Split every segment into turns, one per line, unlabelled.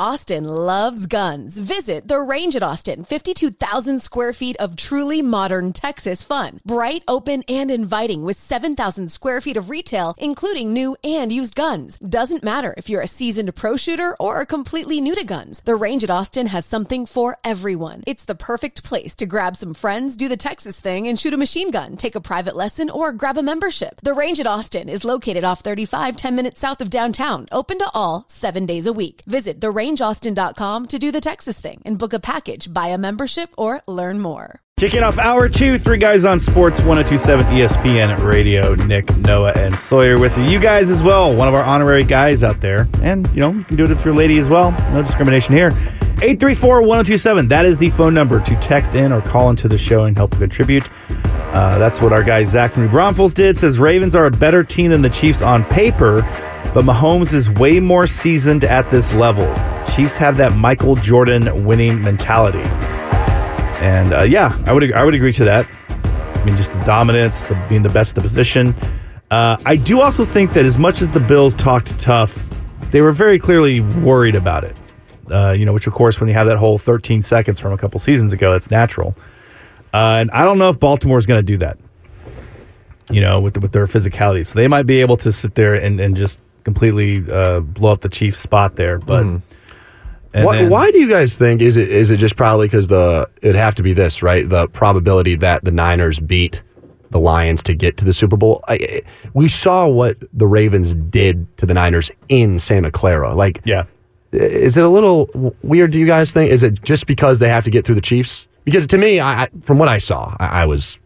Austin loves guns. Visit the range at Austin, 52,000 square feet of truly modern Texas fun. Bright, open, and inviting with 7,000 square feet of retail, including new and used guns. Doesn't matter if you're a seasoned pro shooter or are completely new to guns, the range at Austin has something for everyone. It's the perfect place to grab some friends, do the Texas thing, and shoot a machine gun, take a private lesson, or grab a membership. The range at Austin is located off 35, 10 minutes south of downtown, open to all seven days a week. Visit therangeaustin.com to do the Texas thing and book a package, buy a membership, or learn more.
Kicking off hour two, three guys on sports, 1027 ESPN radio. Nick, Noah, and Sawyer with you. You guys as well, one of our honorary guys out there. And, you know, you can do it if you're a lady as well. No discrimination here. 834 1027. That is the phone number to text in or call into the show and help contribute. Uh, that's what our guy Zachary Bromfels did. Says Ravens are a better team than the Chiefs on paper, but Mahomes is way more seasoned at this level. Chiefs have that Michael Jordan winning mentality. And uh, yeah, I would I would agree to that. I mean, just the dominance, the, being the best at the position. Uh, I do also think that as much as the Bills talked tough, they were very clearly worried about it. Uh, you know, which of course, when you have that whole 13 seconds from a couple seasons ago, that's natural. Uh, and I don't know if Baltimore's going to do that. You know, with with their physicality, so they might be able to sit there and, and just completely uh, blow up the Chiefs' spot there. But and
Mm-hmm. Why,
then-
why do you guys think is it is it just probably because the it'd have to be this right the probability that the Niners beat the Lions to get to the Super Bowl? I- I, we saw what the Ravens did to the Niners in Santa Clara. Like,
Yeah.
is it a little w- weird? Do you guys think is it just because they have to get through the Chiefs? Because to me, I, I from what I saw, I, I was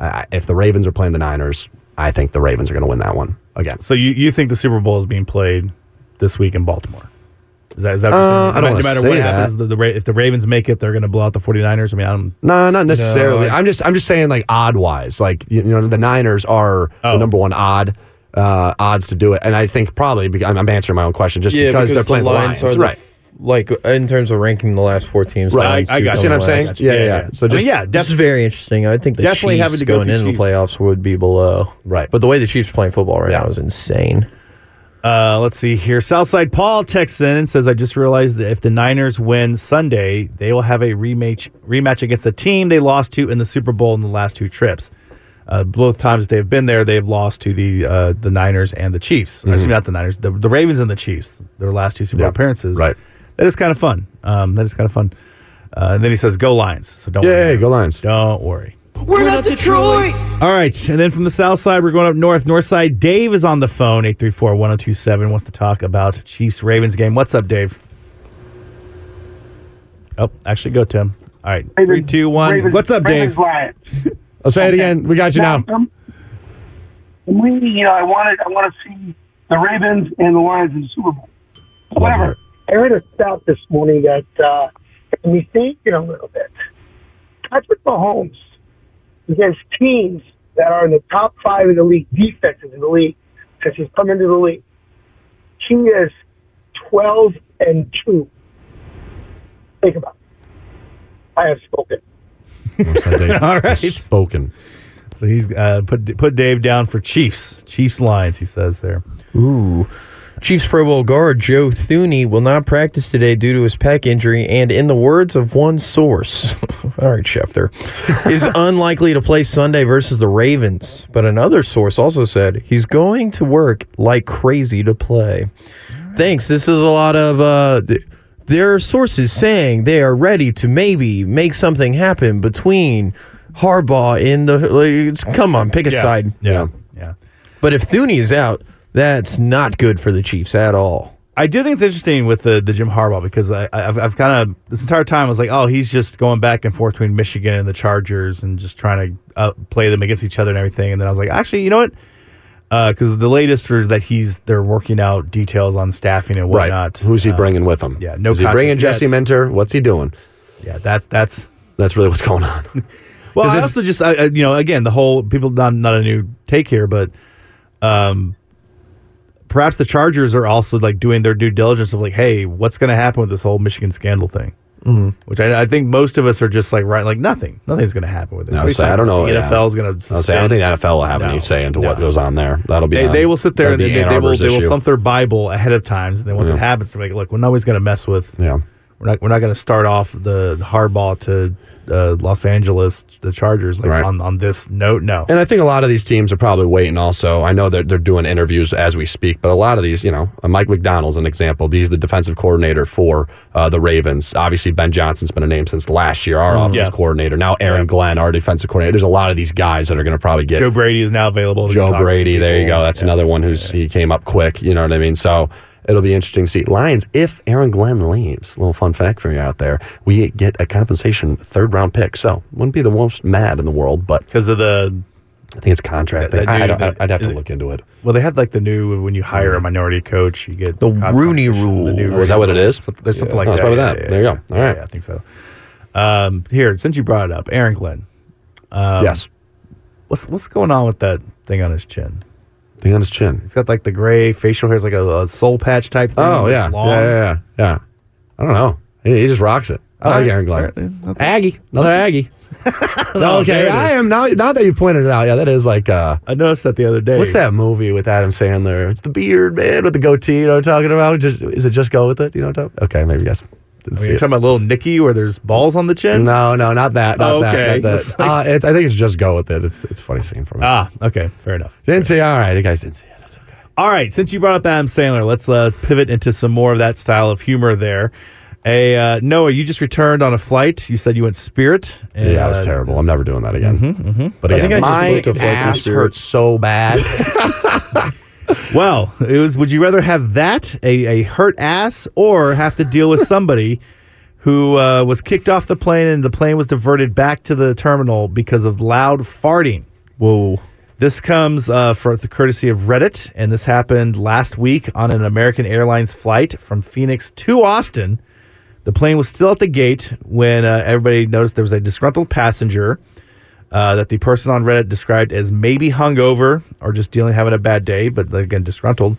I, I- if the Ravens are playing the Niners, I think the Ravens are going to win that one again.
So you, you think the Super Bowl is being played this week in Baltimore? Is that, is that what
Uh,
you're saying?
I don't
no,
wanna
matter
say
what
that.
happens, the, the, Ra- if the Ravens make it, they're going to blow out the 49ers. I mean, I'm,
No, not necessarily.
No.
I'm just I'm just saying like odd wise. Like you, you know, the Niners are
Oh.
the number one odd uh, odds to do it, and I think probably be, I'm, I'm answering my own question just because, they're playing the Lions,
are the-
right?
like in terms of ranking the last four teams, the
Right.
Lions
I
do
got
come
you. See what
I'm saying?
last.
Yeah, yeah, yeah. So
So
just-
yeah,
This is
definitely.
very interesting. I think the
Definitely
Chiefs
having to go
going
through
into the
Chiefs.
playoffs would be below.
Right.
But the way the Chiefs are playing football right
Yeah.
now is insane.
Uh, let's see here. Southside Paul texts in and says, I just realized that if the Niners win Sunday, they will have a rematch, rematch against the team they lost to in the Super Bowl in the last two trips. Uh, both times that they've been there, they've lost to the uh, the Niners and the Chiefs.
Mm-hmm.
I mean, not the Niners, the, the Ravens and the Chiefs, their last two Super Bowl
Yeah,
appearances.
right.
That is kind of fun. Um, that is kind of fun. Uh, and then he says, Go Lions. So don't worry.
Yeah, yeah, go Lions.
Don't worry.
We're not Detroit.
All right. And then from the south side, we're going up north. North side, Dave is on the phone, 834 1027, wants to talk about Chiefs Ravens game. What's up, Dave? Oh, actually, go, Tim. All right. Three, two, one.
Ravens-
What's up,
Ravens
Dave?
Lions.
I'll say it again. We got you now.
Um, we, you know, I wanted, I want to see the Ravens and the Lions in the Super Bowl. However,
I read a stout this morning that uh, and we think it a little bit. Patrick Mahomes against teams that are in the top five in the league, defenses in the league, since he's come into the league. He is twelve and two. Think about it. I have spoken.
All right.
Spoken.
So he's uh, put put Dave down for Chiefs. Chiefs Lions, he says there.
Ooh. Chiefs Pro Bowl guard Joe Thuney will not practice today due to his pec injury, and in the words of one source, all right, Schefter, is unlikely to play Sunday versus the Ravens. But another source also said he's going to work like crazy to play. Thanks. This is a lot of. Uh, th- there are sources saying they are ready to maybe make something happen between Harbaugh in the. Like, it's- come on, pick a side.
Yeah. Yeah.
But if Thuney is out, that's not good for the Chiefs at all.
I do think it's interesting with the, the Jim Harbaugh because I, I- I've, I've kind of this entire time I was like, oh, he's just going back and forth between Michigan and the Chargers and just trying to uh, play them against each other and everything. And then I was like, actually, you know what? Because the latest are that he's they're working out details on staffing and
Right.
whatnot.
Who's he bringing with him?
yeah, no
Is he
contract
bringing
yet.
Jesse Mentor? What's he doing?
Yeah, that that's
That's really what's going on.
Well, I also just I, I- you know again the whole people not not a new take here, but um, perhaps the Chargers are also like doing their due diligence of like, hey, what's going to happen with this whole Michigan scandal thing?
Mm-hmm.
Which I, I think most of us are just like right, like nothing, nothing's going to happen with it.
No,
What are you
so I
talking
don't
about?
know,
The
yeah.
NFL is going to.
I'll say, I don't think the NFL will have
No.
any say into what
No.
goes on there. That'll be
They,
on-
they will sit there
that'll
and
be
they, they
Ann
will
Arbor's
they will
issue.
thump their Bible ahead of times, and then once it
Yeah.
happens, they're like, "Look, we're always going to mess with.
Yeah.
We're not we're not going to start off the hardball to uh, Los Angeles, the Chargers, like
Right.
on on this note. No,
And I think a lot of these teams are probably waiting also. I know that they're doing interviews as we speak, but a lot of these, you know, uh, Mike McDonald's an example. He's the defensive coordinator for uh, the Ravens. Obviously, Ben Johnson's been a name since last year, our offensive
Mm. Yeah.
coordinator. Now, Aaron Glenn, our defensive coordinator. There's a lot of these guys that are going to probably get
Joe Brady is now available. to
Joe
talk to
Brady. There you
people.
go. That's another one who's he came up quick. You know what I mean? So it'll be interesting to see. Lions, if Aaron Glenn leaves, little fun fact for you out there, we get a compensation third round pick. So wouldn't be the most mad in the world, but
because of the
I think it's contract.
That-
thing.
that
I, I
dude
don't,
that-
I'd have to
is it-
look into it.
well, they had like the new when you hire
Mm-hmm.
a minority coach, you get
The
comp-
Rooney
compensation,
Rule.
the new
Oh, is that
Rooney
what it
Rule.
is?
Some- There's something like
Oh,
that.
it's probably
Yeah,
that.
yeah,
There you
yeah.
go. All right.
Yeah, I think so. Um, here, since you brought it up, Aaron Glenn, Um,
yes.
what's what's going on with that thing on his chin?
Thing on his chin.
He's got like the gray facial hair, it's like a, a soul patch type thing.
Oh,
that's
yeah.
long.
yeah. Yeah, yeah, yeah. I don't know. He, he just rocks it. I like
right.
Aaron
All
Glenn.
right. Okay. Oh,
Aggie. Another Aggie.
there
okay.
it
I am now, now that you pointed it out. Yeah, that is like. uh
I noticed that the other day.
What's that movie with Adam Sandler? It's the beard man with the goatee. You know what I'm talking about? Just, is it just go with it? You know what I'm talking? Okay, maybe yes. Didn't
I mean,
see
you're
it.
talking about little Nicky where there's balls on the chin.
No, no, not that. Not
Oh, okay.
that. Not
It's
that. uh, it's, I think it's just go with it. It's it's a funny scene for me.
Ah, okay, fair enough.
didn't see. All right, the guys didn't see it. That's okay.
All right, since you brought up Adam Sandler, let's uh, pivot into some more of that style of humor there. A uh, Noah, you just returned on a flight. You said you went Spirit.
Yeah,
and,
that was
uh,
terrible. I'm never doing that again. But
Mm-hmm, I think
again,
I just booked a
my
flight through
ass
Spirit.
hurts so bad.
Well, it was. Would you rather have that a, a hurt ass or have to deal with somebody who uh, was kicked off the plane and the plane was diverted back to the terminal because of loud farting?
Whoa.
This comes uh, for the courtesy of Reddit, and this happened last week on an American Airlines flight from Phoenix to Austin. The plane was still at the gate when uh, everybody noticed there was a disgruntled passenger uh, that the person on Reddit described as maybe hungover or just dealing having a bad day, but again disgruntled.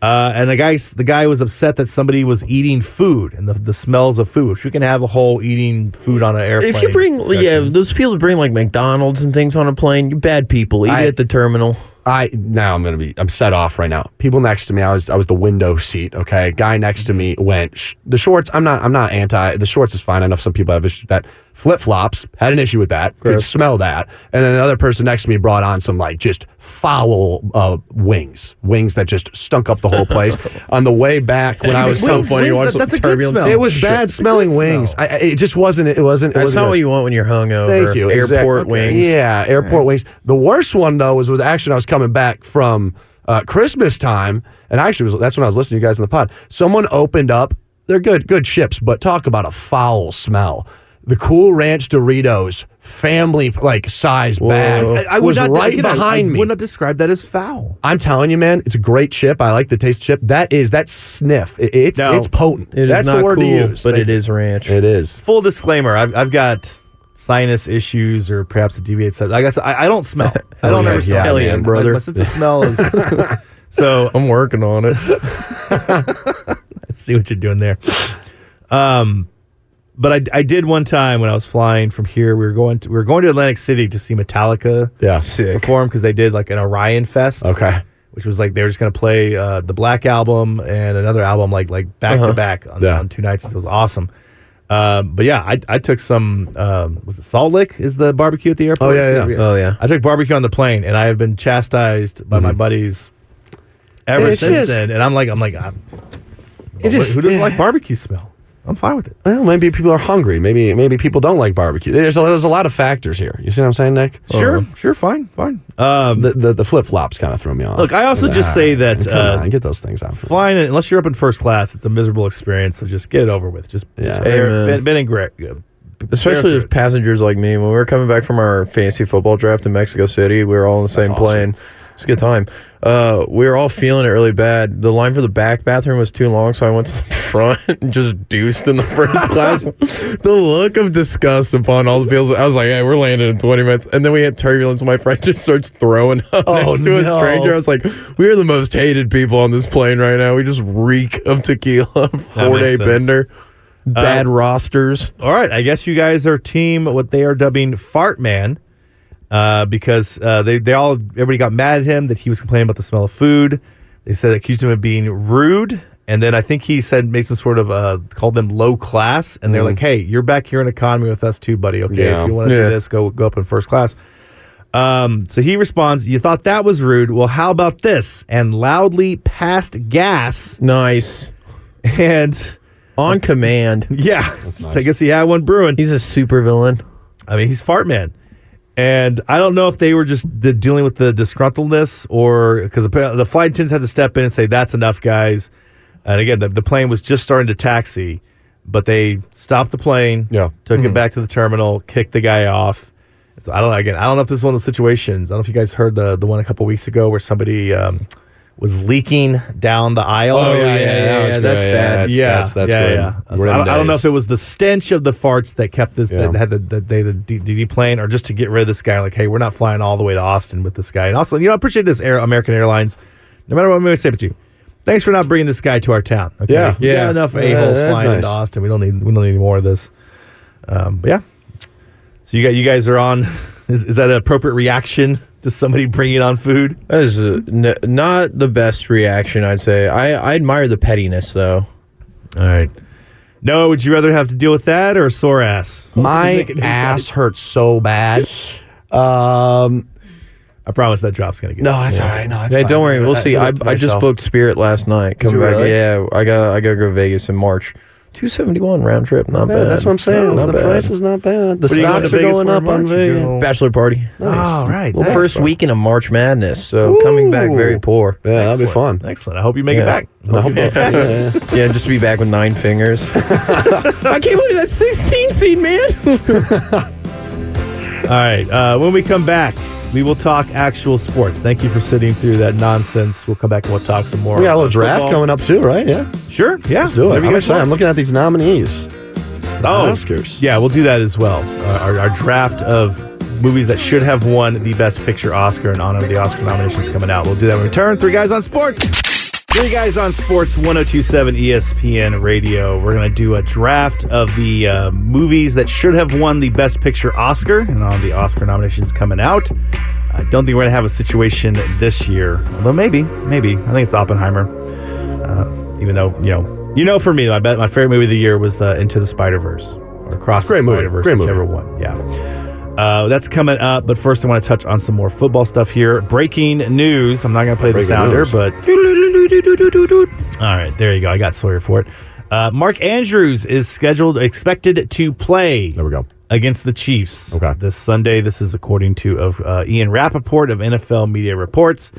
Uh, and the guy, the guy was upset that somebody was eating food and the, the smells of food. If you can have a whole eating food on an airplane,
If you bring, yeah,
discussion.
those people that bring like McDonald's and things on a plane, you bad people. Eat
I-
it at the terminal.
I now I'm gonna be I'm set off right now. People next to me, I was I was the window seat. Okay, guy next to me went sh- the shorts. I'm not I'm not anti the shorts is fine. I know some people have issues with that flip flops had an issue with that. Could smell that. And then the other person next to me brought on some like just foul uh, wings, wings that just stunk up the whole place. on the way back when I was
It's so
some
wings-
funny. You
wings,
watch
that- that's a
some
good
turbulence.
smell.
it was bad smelling wings. I, I- it just wasn't. It wasn't. It
That's
wasn't
not
a-
what you want when you're hungover.
Thank you. exact-
Airport
okay.
wings.
Yeah, airport wings. The worst one though was was actually I was coming back from uh, Christmas time, and actually was, that's when I was listening to you guys in the pod. Someone opened up. They're good, good chips, but talk about a foul smell. The Cool Ranch Doritos family like size bag
I-
was right behind
I
me.
would not describe that as foul.
I'm telling you, man, it's a great chip. I like the taste of chip. That is that sniff. It- it's
No.
it's potent.
It is
that's
not
the word
cool,
to use.
but
Thank
it is ranch.
you. It is.
Full disclaimer: I've, I've got sinus issues or perhaps a deviated sub. Like I guess I, I don't smell. I don't
Oh, yeah,
ever smell.
yeah,
man.
man,
My-
brother.
My, sense of smell is. so
I'm working on it.
I see what you're doing there. Um, but I, I did one time when I was flying from here. We were going to we were going to Atlantic City to see Metallica
Yeah.
Sick.
perform because they did like an Orion Fest.
Okay.
which was like they were just gonna play uh, the Black album and another album like like back to back on
Uh-huh. Yeah.
on two nights. It was awesome. Um, but yeah, I, I took some um, was it Salt Lick is the barbecue at the airport?
Oh, yeah, yeah. Mm-hmm.
Oh, yeah.
I took barbecue on the plane, and I have been chastised by my buddies ever
It's
since
just-
then. And I'm like, I'm like, I'm,
It
who-
just- eh.
who doesn't
yeah.
like barbecue smell? I'm fine with it.
Well, maybe people are hungry. Maybe maybe people don't like barbecue. There's a, there's a lot of factors here. You see what I'm saying, Nick?
Sure, sure, fine, fine. Um,
The the, the flip flops kind of threw me off.
look, I also just say that
Come
uh,
on, get those things out.
flying in- unless you're up in first class it's a miserable experience so just get it over with just,
Yeah.
just bear-
Amen.
been, been in great
Especially with passengers like me. When we were coming back from our fantasy football draft in Mexico City, we were all on the same plane. It's a good time. Uh, we were all feeling it really bad. The line for the back bathroom was too long, so I went to the front and just deuced in the first class. the look of disgust upon all the people. I was like, "Hey, we're landing in 20 minutes," and then we had turbulence. My friend just starts throwing up next to a
no.
stranger. I was like, "We are the most hated people on this plane right now. We just reek of tequila, four day
sense.
bender." Bad rosters.
All right, I guess you guys are team what they are dubbing Fart Man, uh, because uh, they they all everybody got mad at him that he was complaining about the smell of food. They said accused him of being rude, and then I think he said made some sort of uh, called them low class, and they're like, "Hey, you're back here in economy with us too, buddy. Okay,
Yeah.
if you want to
Yeah.
do this, go go up in first class." Um, so he responds, "You thought that was rude? Well, how about this?" And loudly passed gas,
Nice.
and
On command.
yeah, I guess he had one brewing.
He's a super villain.
I mean, he's fart man. And I don't know if they were just the, dealing with the disgruntledness or because the, the flight attendants had to step in and say, that's enough, guys. And again, the, the plane was just starting to taxi, but they stopped the plane,
Yeah.
took
Mm-hmm.
it back to the terminal, kicked the guy off. So I don't know. Again, I don't know if this is one of those situations. I don't know if you guys heard the, the one a couple weeks ago where somebody um, was leaking down the aisle.
Oh,
that
yeah, yeah,
was
yeah,
good.
that's bad.
That's,
yeah,
that's, that's
yeah,
good.
yeah. So
We're in
I,
the
I don't know
days.
if it was the stench of the farts that kept this that
Yeah.
had the, that they the DD plane, or just to get rid of this guy. Like, hey, we're not flying all the way to Austin with this guy. And also, you know, I appreciate this Air American Airlines. No matter what we may say about you, thanks for not bringing this guy to our town. Okay?
Yeah.
We got
Yeah.
enough
Yeah,
a holes
that's
flying into
nice.
Austin. We don't need we don't need any more of this. Um, but yeah, so you got you guys are on. Is, is that an appropriate reaction to somebody bringing on food?
That is a, n- not the best reaction, I'd say. I, I admire the pettiness, though.
All right. No, would you rather have to deal with that or a sore ass?
My ass hurts so bad. Um,
I promise that drop's gonna get.
no, that's all right. No, it's
Hey,
fine.
don't worry. We'll
I
see.
did
I,
it to
I just
myself.
booked Spirit last night. Come
you
back.
really?
Yeah, I got I got to go to Vegas in March. Two seventy one round trip. Not bad.
That's what I'm saying.
Not
the
bad.
price is not bad. The
What are you going
stocks
to
are
Vegas
going
for in
up on
March? You
Vegas.
doing-
Bachelor party.
Oh, right.
Well,
nice.
first weekend of March Madness. So coming back very poor.
Yeah, that'll be
Excellent.
fun.
Excellent. I hope you make
Yeah.
it back.
I hope that- yeah, yeah.
Yeah, just to be back with nine fingers. I can't believe that's 16 seed, man.
All right. Uh, when we come back, we will talk actual sports. Thank you for sitting through that nonsense. We'll come back and we'll talk some more.
We got a little draft coming up too, right? Yeah,
up. Sure. Yeah.
let's do it.
Whatever you
I'm
guys
excited. I'm
want.
looking at these nominees. for the Oscars.
Oh. Yeah, we'll do that as well. Uh, our, our draft of movies that should have won the Best Picture Oscar in honor of the Oscar nominations coming out. We'll do that when we return. Three Guys on Sports. Three Guys on Sports, 1027 ESPN Radio. We're going to do a draft of the uh, movies that should have won the Best Picture Oscar and on the Oscar nominations coming out. I don't think we're going to have a situation this year, although maybe, maybe. I think it's Oppenheimer Uh, even though you know, you know, for me, I bet my favorite movie of the year was the Into the Spider Verse or Across
Great
the
movie.
Spider Verse,
Great movie.
whichever one. Yeah, uh, that's coming up. But first, I want to touch on some more football stuff here. Breaking news. I'm not going to play
Breaking
the sounder,
news.
but all right, there you go. I got Sawyer for it. Uh, Mark Andrews is scheduled, expected to play
There we go.
against the Chiefs.
Okay.
This Sunday. This is according to of uh, Ian Rappaport of NFL Media Reports.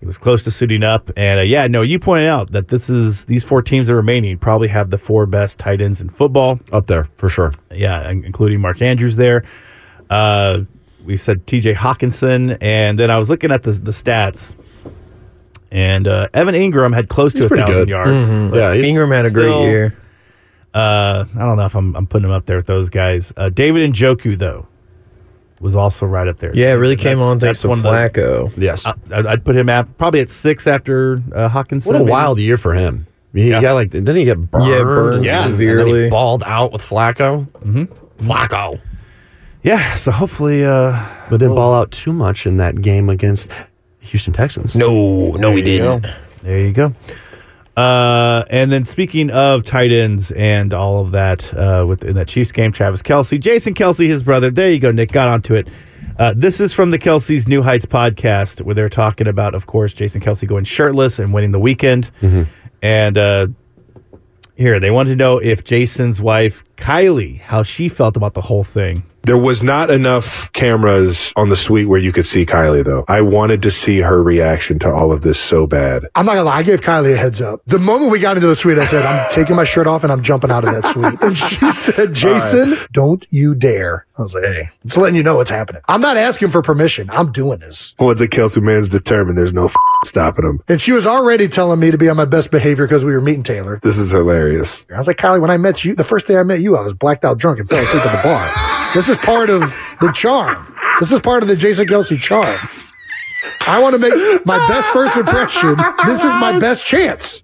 He was close to suiting up, and uh, yeah, no, you pointed out that this is these four teams that are remaining probably have the four best tight ends in football.
Up there for sure.
Yeah, in- including Mark Andrews there. Uh, we said T.J. Hawkinson, and then I was looking at the the stats, and uh, Evan Ingram had close
He's
to a
pretty
thousand
good.
yards. But
Yeah, he's-
Ingram had a
Still-
great year.
uh, I don't know if I'm, I'm putting him up there with those guys. Uh, David and Joku though was also right up there.
Yeah, it really came
That's-
on thanks
that's
to
one of the-
Flacco.
Yes.
I- I'd, I'd put him at probably at six after uh, Hawkinson.
What a
maybe.
wild year for him. He
Yeah.
got like didn't he get burned?
burned
yeah, And then
severely.
he balled out with Flacco. Mm-hmm. Flacco,
Yeah, so hopefully, uh,
but didn't ball out too much in that game against Houston Texans.
No, no, he didn't.
there you go. Uh, and then speaking of tight ends and all of that uh, within that Chiefs game, Travis Kelsey, Jason Kelsey, his brother. There you go, Nick. Got onto it. Uh, this is from the Kelsey's New Heights podcast, where they're talking about, of course, Jason Kelsey going shirtless and winning the weekend. And uh, here they wanted to know if Jason's wife Kylie, how she felt about the whole thing.
There was not enough cameras on the suite where you could see Kylie, though. I wanted to see her reaction to all of this so bad.
I'm not gonna lie, I gave Kylie a heads up. The moment we got into the suite, I said, I'm taking my shirt off and I'm jumping out of that suite. And she said, Jason, don't you dare. I was like, hey, it's letting you know what's happening. I'm not asking for permission. I'm doing this.
Once a Kelsey man's determined, there's no stopping him.
And she was already telling me to be on my best behavior because we were meeting Taylor.
This is hilarious.
I was like, Kylie, when I met you, the first day I met you, I was blacked out drunk and fell asleep at the bar. This is part of the charm. This is part of the Jason Kelsey charm. I want to make my best first impression. This is my best chance.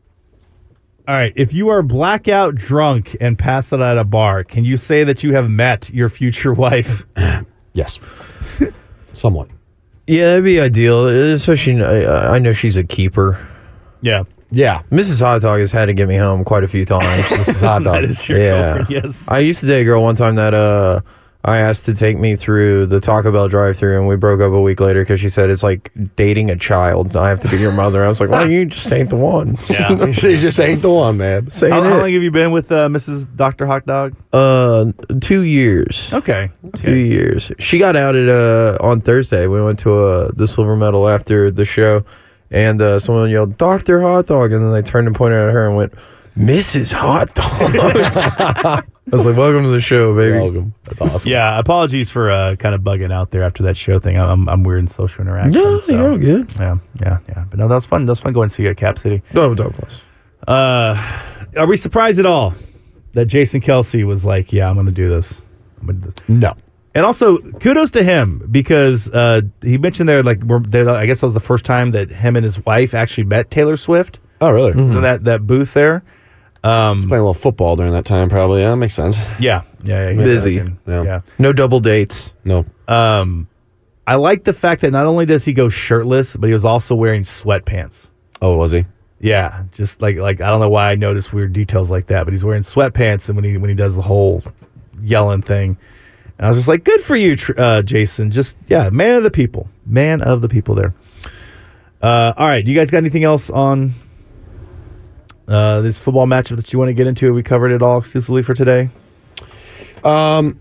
All right. If you are blackout drunk and pass out at a bar, can you say that you have met your future wife?
Yes. Somewhat.
Yeah, that'd be ideal. Especially, I, I know she's a keeper.
Yeah.
Yeah.
Mrs. Hot Dog has had to get me home quite a few times.
This is hot
That
dog.
is your
yeah.
girlfriend. Yes.
I used to date a girl one time that uh, I asked to take me through the Taco Bell drive-through, and we broke up a week later because she said it's like dating a child. I have to be your mother. I was like, well, you just ain't the one.
Yeah.
she just ain't the one, man. Oh,
Saying
How, how long
it.
have you been with uh, Mrs. Dr. Hot Dog?
Uh, two years.
Okay.
Two years. She got out at uh on Thursday. We went to uh the silver medal after the show, and uh, someone yelled "Doctor Hot Dog," and then they turned and pointed at her and went, "Mrs. Hot Dog." I was like, "Welcome to the show, baby."
Welcome. That's awesome.
Yeah. Apologies for uh, kind of bugging out there after that show thing. I'm, I'm weird in social interaction.
No,
so-
you're all good.
Yeah. Yeah. Yeah. But no, that was fun. That was fun going to see you at Cap City.
No, Douglas.
Uh, are we surprised at all that Jason Kelsey was like, "Yeah, I'm going to do this." I'm gonna do this.
No.
And also, kudos to him because uh, he mentioned there, like, we're, there, I guess that was the first time that him and his wife actually met Taylor Swift.
Oh, really?
So that that booth there. Um,
Playing a little football during that time, probably. Yeah, that makes sense.
yeah, yeah, yeah, he
Busy.
does, and-
Yeah.
No double dates.
No.
yeah. Um, I like the fact that not only does he go shirtless, but he was also wearing sweatpants.
Oh, was he?
Yeah, just like like I don't know why I noticed weird details like that, but he's wearing sweatpants, and when he when he does the whole yelling thing, and I was just like, good for you, Tr- uh, Jason. Just yeah, man of the people, man of the people there. Uh, all right, you guys got anything else on uh, this football matchup that you want to get into? We covered it all exclusively for today.
Um,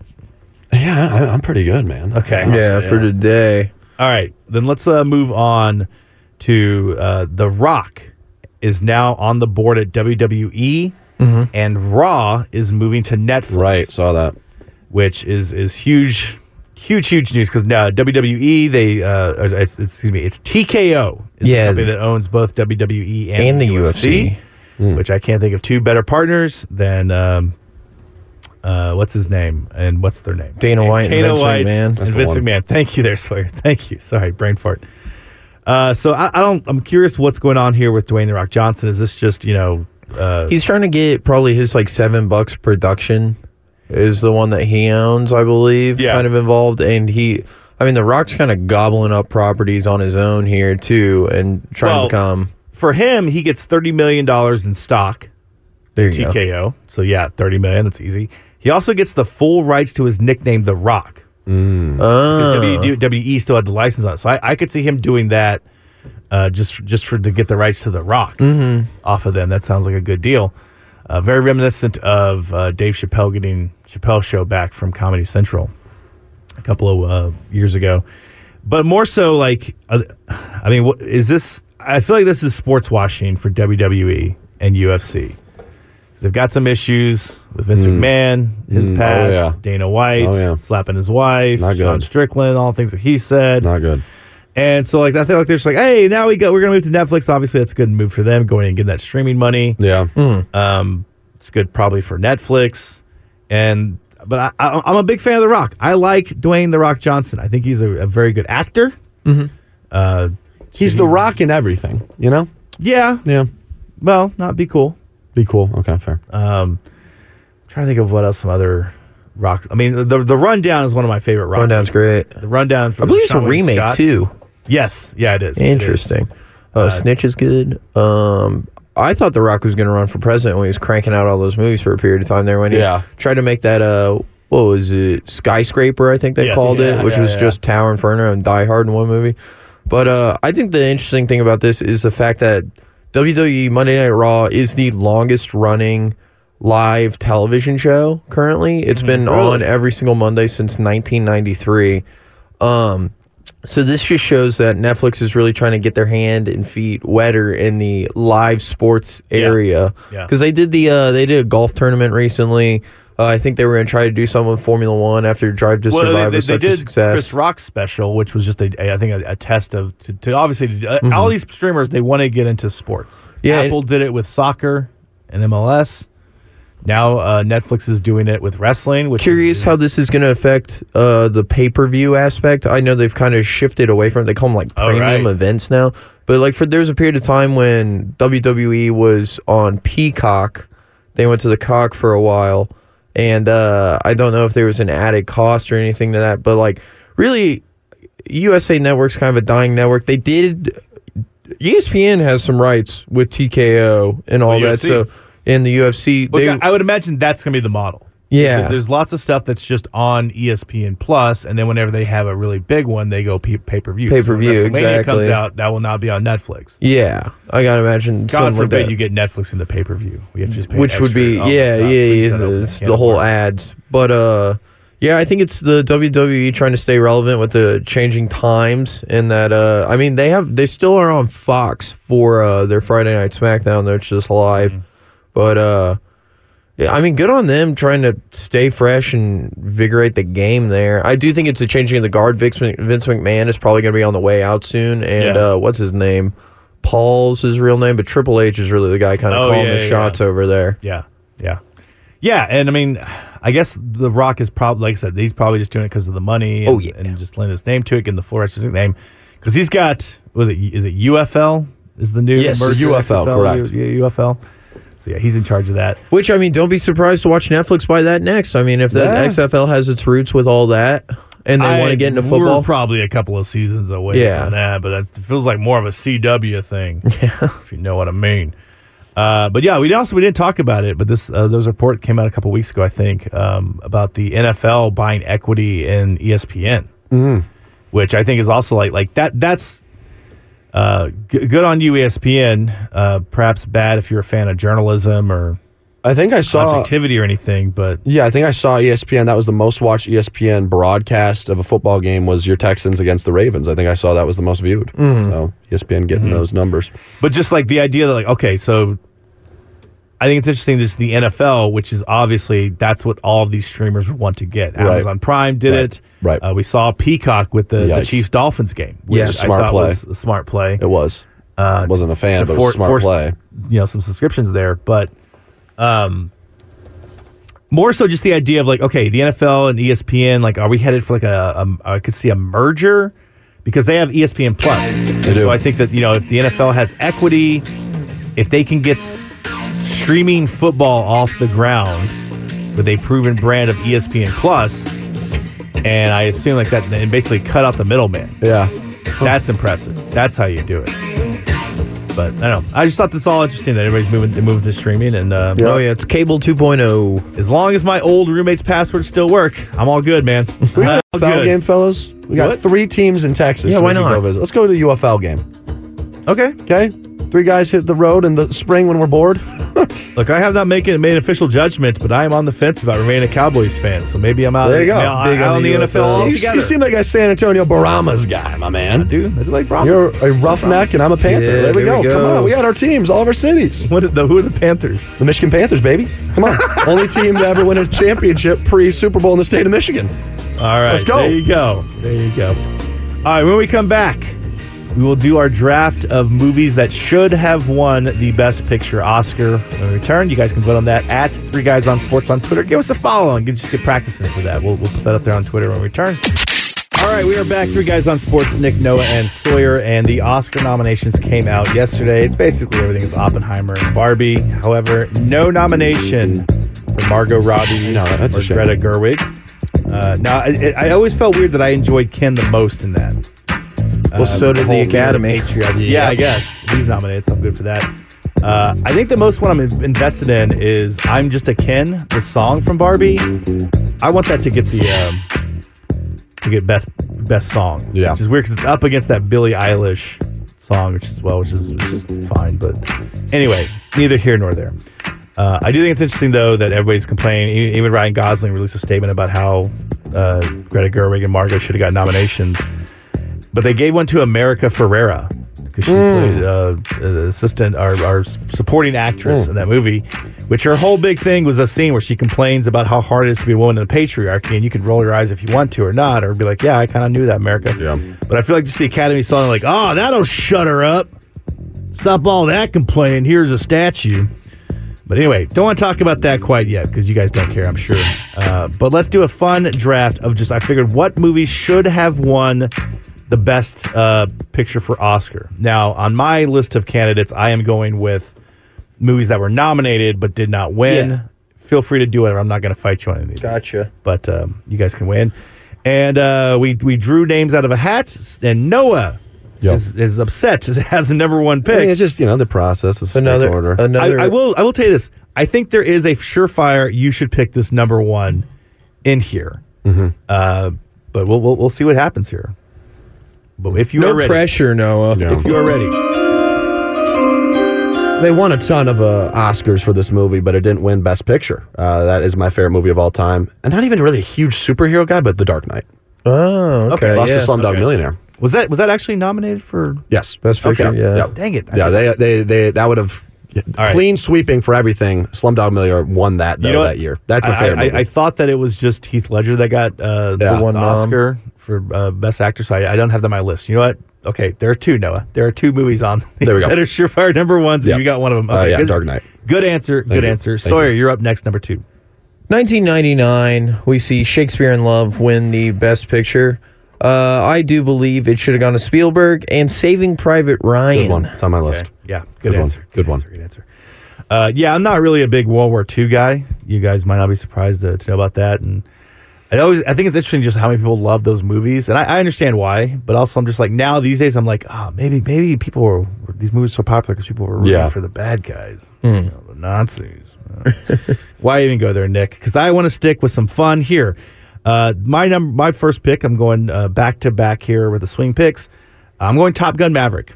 yeah, I, I'm pretty good, man.
Okay.
yeah, for today.
All right, then let's uh, move on to uh, The Rock is now on the board at WWE, and Raw is moving to Netflix,
Right. Saw that.
Which is is huge, huge, huge news because now WWE they uh, or, uh, excuse me, it's TKO, is
Yeah.
the company that owns both WWE and,
And the UFC.
which I can't think of two better partners than. Um, uh, what's his name and what's their name?
Dana White and Vince McMahon.
and
the
Vince
one.
McMahon. Thank you there, Sawyer. Thank you. Sorry, brain fart. Uh, so I, I don't. I'm curious what's going on here with Dwayne the Rock Johnson. Is this just you know? Uh,
He's trying to get probably his like seven bucks production is the one that he owns, I believe.
Yeah.
Kind of involved, and he, I mean, The Rock's kind of gobbling up properties on his own here too, and trying
Well,
to become.
for him, he gets thirty million dollars in stock.
There you go.
TKO. So yeah, thirty million. That's easy. He also gets the full rights to his nickname, The Rock.
Mm.
Oh.
Ah.
WWE E still had the license on it, so I, I could see him doing that uh, just just for to get the rights to The Rock
Mm-hmm.
off of them. That sounds like a good deal. Uh, very reminiscent of uh, Dave Chappelle getting Chappelle Show back from Comedy Central a couple of uh, years ago, but more so like, uh, I mean, what is this? I feel like this is sports washing for WWE and UFC. 'Cause They've got some issues with Vince McMahon, his
Mm, oh,
past,
yeah.
Dana White
Oh, yeah.
slapping his wife,
Not
John
good.
Strickland, all the things that he said.
Not good.
and so like I feel like they're just like, hey, now we go we're gonna move to Netflix. Obviously that's a good move for them, going and getting that streaming money.
Yeah.
Um it's good probably for Netflix. And but I, I I'm a big fan of The Rock. I like Dwayne The Rock Johnson. I think he's a, a very good actor. Uh
He's the rock in everything, you know?
yeah,
Yeah.
well, not be cool.
Be cool. Okay, fair.
Um trying to think of what else some other rock I mean the the rundown is one of my favorite rock.
Rundown's great.
The rundown for
I believe it's a remake too.
Yes, yeah, it is. It is.
Interesting. Uh, Snitch is good. Um, I thought The Rock was going to run for president when he was cranking out all those movies for a period of time there. When he
Yeah.
tried to make that, uh, what was it, skyscraper? I think they
Yes.
called
Yeah,
it, which
yeah,
was
yeah.
just Tower Inferno and Die Hard in one movie. But uh, I think the interesting thing about this is the fact that WWE Monday Night Raw is the longest running live television show currently.
Mm-hmm.
It's been on every single Monday since 1993. Um, so this just shows that Netflix is really trying to get their hand and feet wetter in the live sports area
Yeah.
because they did the uh, they did a golf tournament recently. Uh, I think they were going to try to do something with Formula One after Drive to Survive was such a success.
Chris Rock's special, which was just a, a- I think a, a test of to, to obviously to, uh, all these streamers they want to get into sports.
Mm-hmm. Yeah,
Apple did it with soccer and MLS. Now uh, Netflix is doing it with wrestling, which
Curious how this is going to affect uh, the pay per view aspect. I know they've kind of shifted away from. They call them like
Oh,
premium
right.
events now, but like for there was a period of time when WWE was on Peacock. They went to the cock for a while, and uh, I don't know if there was an added cost or anything to that. But like, really, USA Network's kind of a dying network. They did. E ESPN has some rights with TKO and all that.
UFC.
So in the UFC,
which
they,
I, I would imagine that's going to be the model.
Yeah.
There- there's lots of stuff that's just on E ESPN Plus, and then whenever they have a really big one, they go pay per view.
Pay-per-view,
comes
exactly.
out, that will not be on Netflix.
yeah, I gotta imagine.
God
something like
forbid
that.
you get Netflix in the pay per view. We have to just pay
which would
extra.
be
Oh my
yeah, yeah,
God,
yeah,
please don't open
It's
that
the whole
can of
ads, but uh, yeah, I think it's the WWE trying to stay relevant with the changing times, and that uh, I mean they have they still are on Fox for uh their Friday Night SmackDown, which is live,
Mm-hmm.
but uh. Yeah, I mean, good on them trying to stay fresh and invigorate the game there. I do think it's a changing of the guard. Vince, Vince McMahon is probably going to be on the way out soon. And
Yeah.
uh, what's his name? Paul's his real name, but Triple H is really the guy kind of
Oh,
calling
yeah,
the
yeah,
shots over there.
Yeah, yeah, yeah. And I mean, I guess The Rock is probably like I said, he's probably just doing it because of the money. And,
Oh, yeah.
and just lending his name to it, getting the floor his name because he's got was it is it UFL is the new
Yes,
merger?
UFL, correct.
U- yeah, UFL. So yeah, he's in charge of that.
Which I mean, don't be surprised to watch Netflix buy that next. I mean, if the
Yeah.
XFL has its roots with all that, and they want
I-
to get into
We're
football,
probably a couple of seasons away
Yeah.
from that, but that feels like more of a CW thing, if you know what I mean. Uh, but yeah, we also we didn't talk about it, but this uh, there was a report came out a couple weeks ago, I think, um, about the NFL buying equity in E ESPN,
Mm.
which I think is also like like that. That's uh, g- good on you, ESPN. Uh, perhaps bad if you're a fan of journalism or
I think I saw.
objectivity or anything, but
Yeah, I think I saw E ESPN. That was the most watched E ESPN broadcast of a football game was your Texans against the Ravens. I think I saw that was the most viewed.
Hmm.
So E ESPN getting those numbers.
But just like the idea that like, okay, so I think it's interesting just the NFL, which is obviously that's what all of these streamers would want to get.
Right.
Amazon Prime did
Right.
it.
Right.
Uh, we saw Peacock with the, the
Yikes.
Chiefs Dolphins game. Which
Yeah,
smart
I thought
play.
was a smart play.
It was.
Uh,
Wasn't a fan,
to
but it
for-
was a smart
force-
play.
you know, some subscriptions there, but um more so just the idea of like, okay, the NFL and E ESPN, like, are we headed for like a, a I could see a merger because they have E ESPN Plus. And
do.
So I think that you know if the NFL has equity, if they can get streaming football off the ground with a proven brand of E ESPN Plus, and I assume like that, and basically cut out the middleman.
Yeah.
That's impressive. That's how you do it. But I don't know. I just thought this all interesting that everybody's moving to moving to streaming, and uh,
oh yeah, it's cable oh. 2.0.
as long as my old roommate's passwords still work, I'm all good, man. All
We got a UFL
Oh, good.
game, fellas. We got
What?
three teams in Texas.
Yeah,
we
why
can go
not?
visit. Let's go to the UFL game.
Okay.
Okay. Three guys hit the road in the spring when we're bored.
Look, I have not making made an official judgment, but I am on the fence about remaining a Cowboys fan, so maybe I'm out.
There you go.
Now, I,
Big
I
on
on
the
the NFL
UFL.
you, you
altogether.
seem like a San Antonio Brahmas guy, my man.
Dude, I do like Broncos.
You're a roughneck and I'm a Panther.
Yeah,
there we
there
go.
we
Come
go.
on. We got our teams, all of our cities.
what are the, who are the Panthers?
The Michigan Panthers, baby. Come on. Only team to ever win a championship pre Super Bowl in the state of Michigan.
All right.
Let's go.
There you go. There you go. All right. When we come back, we will do our draft of movies that should have won the Best Picture Oscar. When we return, you guys can vote on that at Three Guys on Sports on Twitter. Give us a follow and get, just get practicing for that. We'll, we'll put that up there on Twitter when we return. All right, we are back. Three guys on sports: Nick, Noah, and Sawyer. And the Oscar nominations came out yesterday. It's basically everything is Oppenheimer and Barbie. However, no nomination for Margot Robbie
No, that's a
or
shame.
Greta Gerwig. Uh, now, I, I always felt weird that I enjoyed Ken the most in that.
Well,
Uh,
so did the Academy.
Yeah, I E. guess he's nominated, so I'm good for that. Uh, I think the most one I'm in- invested in is "I'm Just a Ken," the song from Barbie. I want that to get the um, to get best best song.
Yeah.
which is weird because it's up against that Billie Eilish song, which is well, which is which is fine. But anyway, neither here nor there. Uh, I do think it's interesting though that everybody's complaining. E- Even Ryan Gosling released a statement about how uh, Greta Gerwig and Margot should have got nominations but they gave one to America Ferrera because she played uh, uh, assistant or, or s- supporting actress in that movie. Which her whole big thing was a scene where she complains about how hard it is to be a woman in the patriarchy, and you can roll your eyes if you want to or not, or be like, "Yeah, I kind of knew that, America."
Yeah.
But I feel like just the Academy saw it like, "Oh, that'll shut her up. Stop all that complaining. Here's a statue." But anyway, don't want to talk about that quite yet because you guys don't care, I'm sure. Uh, but let's do a fun draft of just I figured what movie should have won the best uh, picture for Oscar. Now, on my list of candidates, I am going with movies that were nominated but did not win.
Yeah.
Feel free to do whatever. I'm not going to fight you on any of these.
Gotcha.
But um, you guys can win. And uh, we we drew names out of a hat, and Noah
Yep.
is, is upset to have the number one
I
pick.
mean, it's just you know the process. It's
Another
order.
another
I, I will. I will tell you this. I think there is a surefire. You should pick this number one in here. Uh, but we'll, we'll we'll see what happens here. But if you
no
are ready,
pressure, Noah.
Yeah.
if you are ready,
They won a ton of uh, Oscars for this movie, but it didn't win Best Picture. Uh, that is my favorite movie of all time, and not even really a huge superhero guy, but The Dark Knight.
Oh, okay.
Lost
yeah.
to Slumdog
okay.
Millionaire.
was that was that actually nominated for?
Yes,
Best Picture, yeah.
Yep.
Dang it! I
yeah,
thought-
they, they they that would have
All right.
clean sweeping for everything. Slumdog Millionaire won that though,
You know what?
that year. That's my
I,
favorite.
I,
movie.
I thought that it was just Heath Ledger that got uh,
Yeah. Um,
the
The
one
one nom.
Oscar for uh, best actor. So I, I don't have them on my list. You know what? Okay, there are two Noah. There are two movies on
There we go.
that are surefire number ones,
Yep.
and you got one of them.
Uh,
Okay,
yeah,
good,
Dark Knight.
Good answer. good
you.
answer.
Thank
Sawyer, you're up next, number two.
1999, we see Shakespeare in Love win the Best Picture. Uh, I do believe it should have gone to Spielberg and Saving Private Ryan.
Good one. It's on my list.
Okay. Yeah, good,
Good one.
answer.
Good one.
answer, Good answer. Uh, yeah, I'm not really a big World War II guy. You guys might not be surprised to, to know about that. And I always, I think it's interesting just how many people love those movies, and I, I understand why. But also, I'm just like now these days, I'm like, ah, maybe, maybe people were, were- these movies were popular because people were rooting
Yeah. Hmm.
for the bad guys, you know, the Nazis. Uh, why even go there, Nick? Because I want to stick with some fun here. Uh, my number, my first pick. I'm going uh, back to back here with the swing picks. I'm going Top Gun Maverick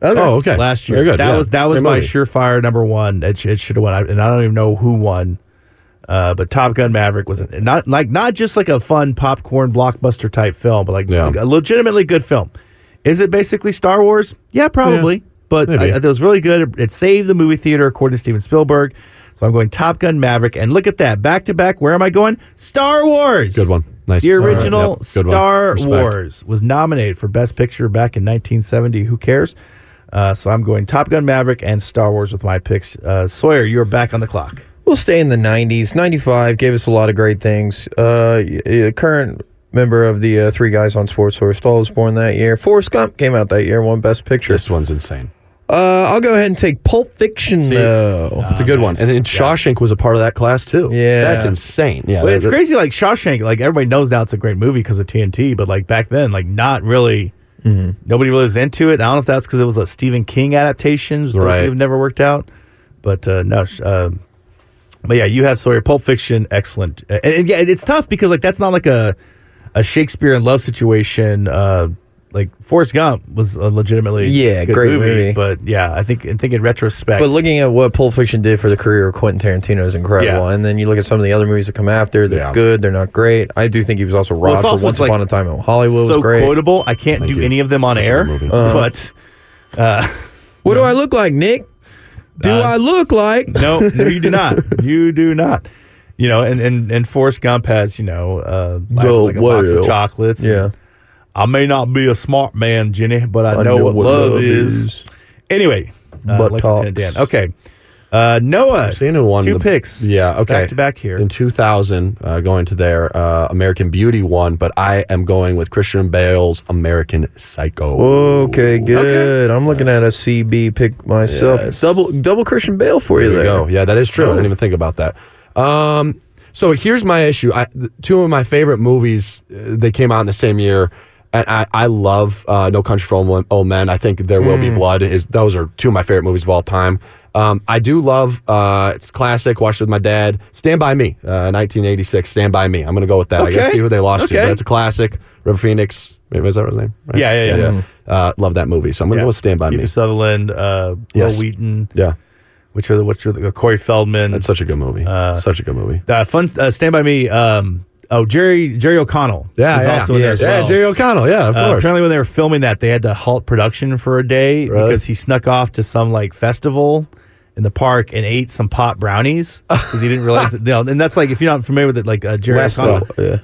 Okay.
Oh, okay.
last year.
Very good,
that
yeah.
was that was
Great
my
movie.
surefire number one. It, sh- it should have won, I, and I don't even know who won. Uh, but Top Gun Maverick was an- not like not just like a fun popcorn blockbuster type film, but like
Yeah.
a legitimately good film. Is it basically Star Wars? Yeah, probably. But
Maybe.
I, it was really good. It, it saved the movie theater according to Steven Spielberg. So I'm going Top Gun Maverick, and look at that back to back. Where am I going? Star Wars.
Good one. Nice.
The
All right,
original
yep. Good one.
Star
Respect.
Wars was nominated for Best Picture back in 1970. Who cares? Uh, so I'm going Top Gun Maverick and Star Wars with my picks. Uh, Sawyer, you're back on the clock.
We'll stay in the 90s. 95 gave us a lot of great things. Uh, y- y- current member of the uh, Three Guys on Sports Source, Stahl was born that year. Forrest Gump came out that year, won Best Picture.
This one's insane.
Uh, I'll go ahead and take Pulp Fiction, though.
Uh,
It's a good one. And then Shawshank was a part of that class too.
Yeah.
That's insane. Yeah.
Well, it's
that-
crazy. Like Shawshank, like everybody knows now it's a great movie because of TNT, but like back then, like not really.
Mm-hmm.
Nobody really was into it. I don't know if that's because it was a Stephen King adaptation. Those
Right.
have never worked out. But uh, no, sh- uh, but yeah, you have Sawyer. Pulp Fiction, excellent. And, and yeah, it's tough because like that's not like a a Shakespeare in love situation. Uh, like Forrest Gump was a legitimately
Yeah,
good
great movie.
But yeah, I think I think in retrospect,
But looking at what Pulp Fiction did for the career of Quentin Tarantino is incredible.
Yeah.
And then you look at some of the other movies that come after, they're
Yeah.
good, they're not great. I do think he was also robbed
it's also,
for Once
like,
Upon a Time in Hollywood
so
was great.
quotable. I can't do
you.
any of them on
Such a
air,
good movie.
Uh-huh.
but.
What do I look like, Nick? Do
Uh,
I look like
no, no, you do not. You do not. You know, and and and Forrest Gump has you know uh, like-
Well,
like a box of
well.
chocolates.
Yeah.
I may not be a smart man, Jenny, but I, know, what, love, is. Anyway, uh,
Butt
Lexington and
talks.
Dan. Okay, uh, Noah,
Seen it one
two
the-
picks.
Yeah, okay.
back to back here.
In 2000, uh, going to their uh, American Beauty one, but I am going with Christian Bale's American Psycho.
Okay, good. I'm looking at a CB pick myself. Double double Christian Bale for you
There
there.
you go. Yeah, that is true. I didn't even think about that. Um, so here's my issue. I, th- two of my favorite movies uh, they came out in the same year, and I, I love uh, No Country for Old Men- Old Men. I think There Will
Mm.
Be Blood is those are two of my favorite movies of all time. Um, I do love uh, it's classic. Watched it with my dad. Stand by Me, uh, 1986. Stand by Me. I'm gonna go with that. I
Okay.
gotta see who they lost to.
Okay.
But it's a classic. River Phoenix. Wait, was that his name? Right?
Yeah, yeah, yeah.
Uh, love that movie. So I'm gonna
Yeah.
go with Stand by
Kiefer
Me.
Sutherland, uh,
Yes.
Will Wheaton,
Yeah,
which are the which are the uh, Corey Feldman.
it's such a good movie.
Uh,
such a good movie.
uh, fun. Uh, Stand by Me. Um, oh, Jerry Jerry O'Connell.
Yeah,
is
yeah.
also in there. as
Yes.
Yeah,
well.
Jerry O'Connell. Yeah, of
Uh,
course.
apparently, when they were filming that, they had to halt production for a day
Really?
because he snuck off to some like festival in the park and ate some pot brownies because he didn't realize. That, you know, and that's like if you're not familiar with it, like uh, Jerry
West
O'Connell,
yeah.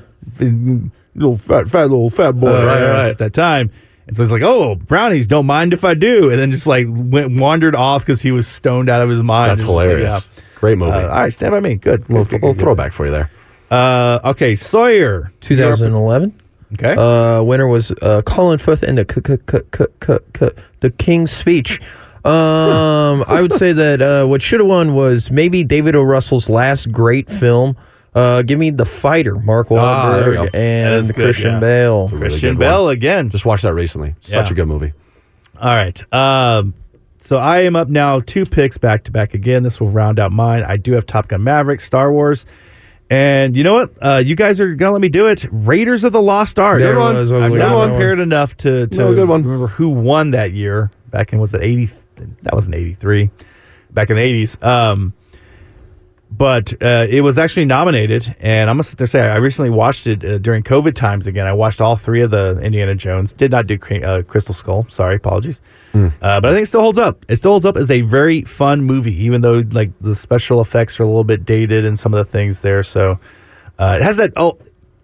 little fat, fat little fat boy
Uh,
right,
yeah.
at that time. And so he's like, "Oh, brownies, don't mind if I do," and then just like went wandered off because he was stoned out of his mind. It's
That's
just like,
hilarious.
yeah.
Great movie.
Uh, all right, stand by me. Good.
little,
Good, good,
little
good,
throwback for you there.
good. Uh, okay, Sawyer.
2011.
Okay.
Uh, winner was uh, Colin Firth and the, c- c- c- c- c- c- the King's Speech. Um, I would say that uh, what should have won was maybe David O. Russell's last great film. Uh, give me The Fighter, Mark
Ah, there we
Wahlberg
go.
That is
and
good,
Christian
yeah.
Bale.
Really
Christian
good one.
Bell again.
Just watched that recently. Such
Yeah.
a good movie.
All right. Um, so I am up now two picks back to back again. This will round out mine. I do have Top Gun Maverick, Star Wars. And you know what? Uh, you guys are going to let me do it. Raiders of the Lost Ark.
There Good one. was, I was
I'm
looking at
now
that one.
impaired enough to, to
No, good one.
remember who won that year back in, was it 80? That was in 83, back in the 80s. Um, but uh, it was actually nominated. And I'm gonna sit there and say I recently watched it uh, during COVID times again. I watched all three of the Indiana Jones. Did not do Cre- uh, Crystal Skull. Sorry, apologies.
Hmm.
Uh, but I think it still holds up. It still holds up as a very fun movie, even though like the special effects are a little bit dated and some of the things there. So uh, it has that. Oh,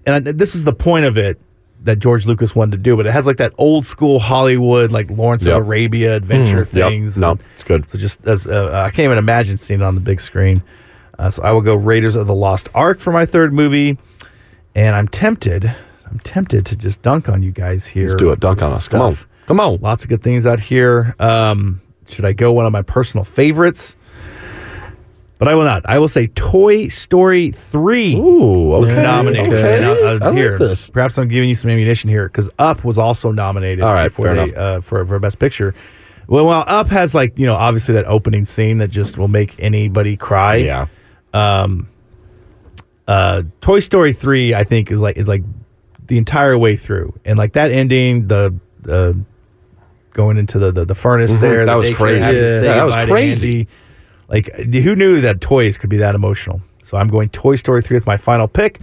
and I, this was the point of it that George Lucas wanted to do, but it has like that old school Hollywood, like Lawrence
Yep. Hmm.
of Arabia adventure things.
Yep. No, it's good.
So just as uh, I can't even imagine seeing it on the big screen. Uh, so I will go Raiders of the Lost Ark for my third movie, and I'm tempted. I'm tempted to just dunk on you guys here.
Let's do it. Dunk
with
on
some
us. Come on.
stuff.
Come on.
Lots of good things out here. Um, should I go one of my personal favorites? But I will not. I will say Toy Story Three
Ooh,
was
okay.
nominated.
Okay.
And
I like
here,
this.
Perhaps I'm giving you some ammunition here because Up was also nominated
All right,
before
fair
they, uh, for, for Best Picture. Well, while Up has, like, you know, obviously that opening scene that just will make anybody cry.
Yeah.
Um, uh, Toy Story 3, I think, is like, is like the entire way through. And like that ending, the, uh, going into the, the, the furnace
Mm-hmm.
there.
that
the
was
daycare
crazy.
having to
Yeah,
say
that was
goodbye to
crazy.
Andy. Like, who knew that toys could be that emotional? So I'm going Toy Story 3 with my final pick.